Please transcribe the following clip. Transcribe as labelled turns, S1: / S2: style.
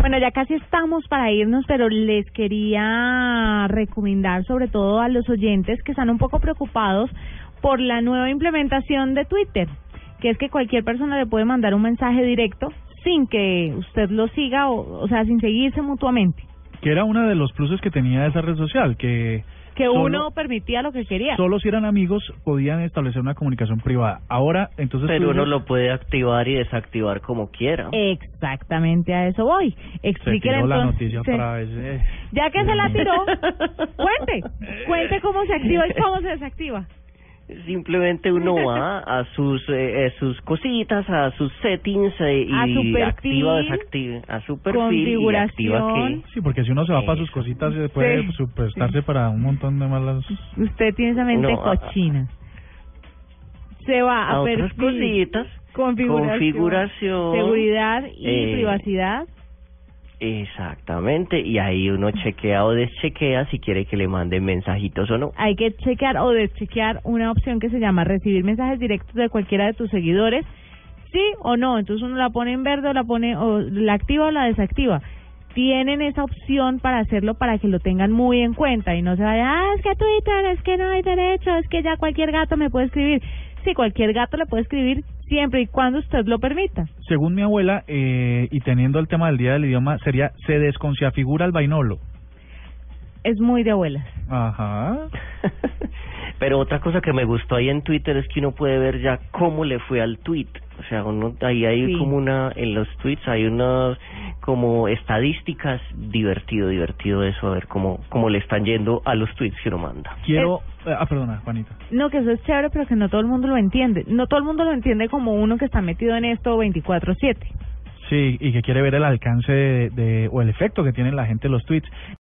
S1: Bueno, ya casi estamos para irnos, pero les quería recomendar sobre todo a los oyentes que están un poco preocupados por la nueva implementación de Twitter, que es que cualquier persona le puede mandar un mensaje directo sin que usted lo siga, o, o sea, sin seguirse mutuamente.
S2: Que era uno de los pluses que tenía esa red social, que
S1: Que
S2: Solo-
S1: uno permitía lo que quería.
S2: solo si eran amigos podían establecer una comunicación privada. Ahora, entonces... tú
S3: Pero uno
S2: dices-
S3: lo puede activar y desactivar como quiera.
S1: Eh, Exactamente a eso voy.
S2: Se
S1: Explíquele
S2: tiró la
S1: entonces-
S2: noticia
S1: se-
S2: otra vez. eh.
S1: Ya que se la tiró, cuente, cuente cómo se activa y cómo se desactiva.
S3: Simplemente uno va a sus eh, eh, sus cositas, a sus settings eh,
S1: A su
S3: y
S1: perfil,
S3: activa, desactiva, a su perfil y
S1: configuración.
S3: activa que
S2: Sí, porque si uno se va para sus cositas, eh, puede
S1: Sí.
S2: su- prestarse para un montón de malas...
S1: Usted tiene esa mente
S3: No, a-
S1: cochina. Se va a,
S3: a otras
S1: perfil,
S3: cositas,
S1: configuración,
S3: configuración,
S1: seguridad y
S3: eh,
S1: privacidad.
S3: Exactamente, y ahí uno chequea o deschequea si quiere que le manden mensajitos o no.
S1: Hay que chequear o deschequear una opción que se llama recibir mensajes directos de cualquiera de tus seguidores, sí o no. Entonces uno la pone en verde o la pone o la activa o la desactiva. Tienen esa opción para hacerlo para que lo tengan muy en cuenta y no se vaya, ah, es que Twitter, es que no hay derecho, es que ya cualquier gato me puede escribir. Sí, cualquier gato le puede escribir siempre y cuando usted lo permita.
S2: Según mi abuela, eh, y teniendo el tema del Día del Idioma, sería se desconciafigura el vainolo.
S1: Es muy de abuelas.
S2: Ajá.
S3: Pero otra cosa que me gustó ahí en Twitter es que uno puede ver ya cómo le fue al tweet. O sea, uno, ahí hay
S1: Sí.
S3: como una, en los tweets hay unas como estadísticas, divertido, divertido eso, a ver cómo, cómo le están yendo a los tweets que uno manda.
S2: Quiero... Ah, perdona, Juanita.
S1: No, que eso es chévere, pero que no todo el mundo lo entiende. No todo el mundo lo entiende como uno que está metido en esto 24/7.
S2: Sí, y que quiere ver el alcance de, de- o el efecto que tienen la gente los tweets.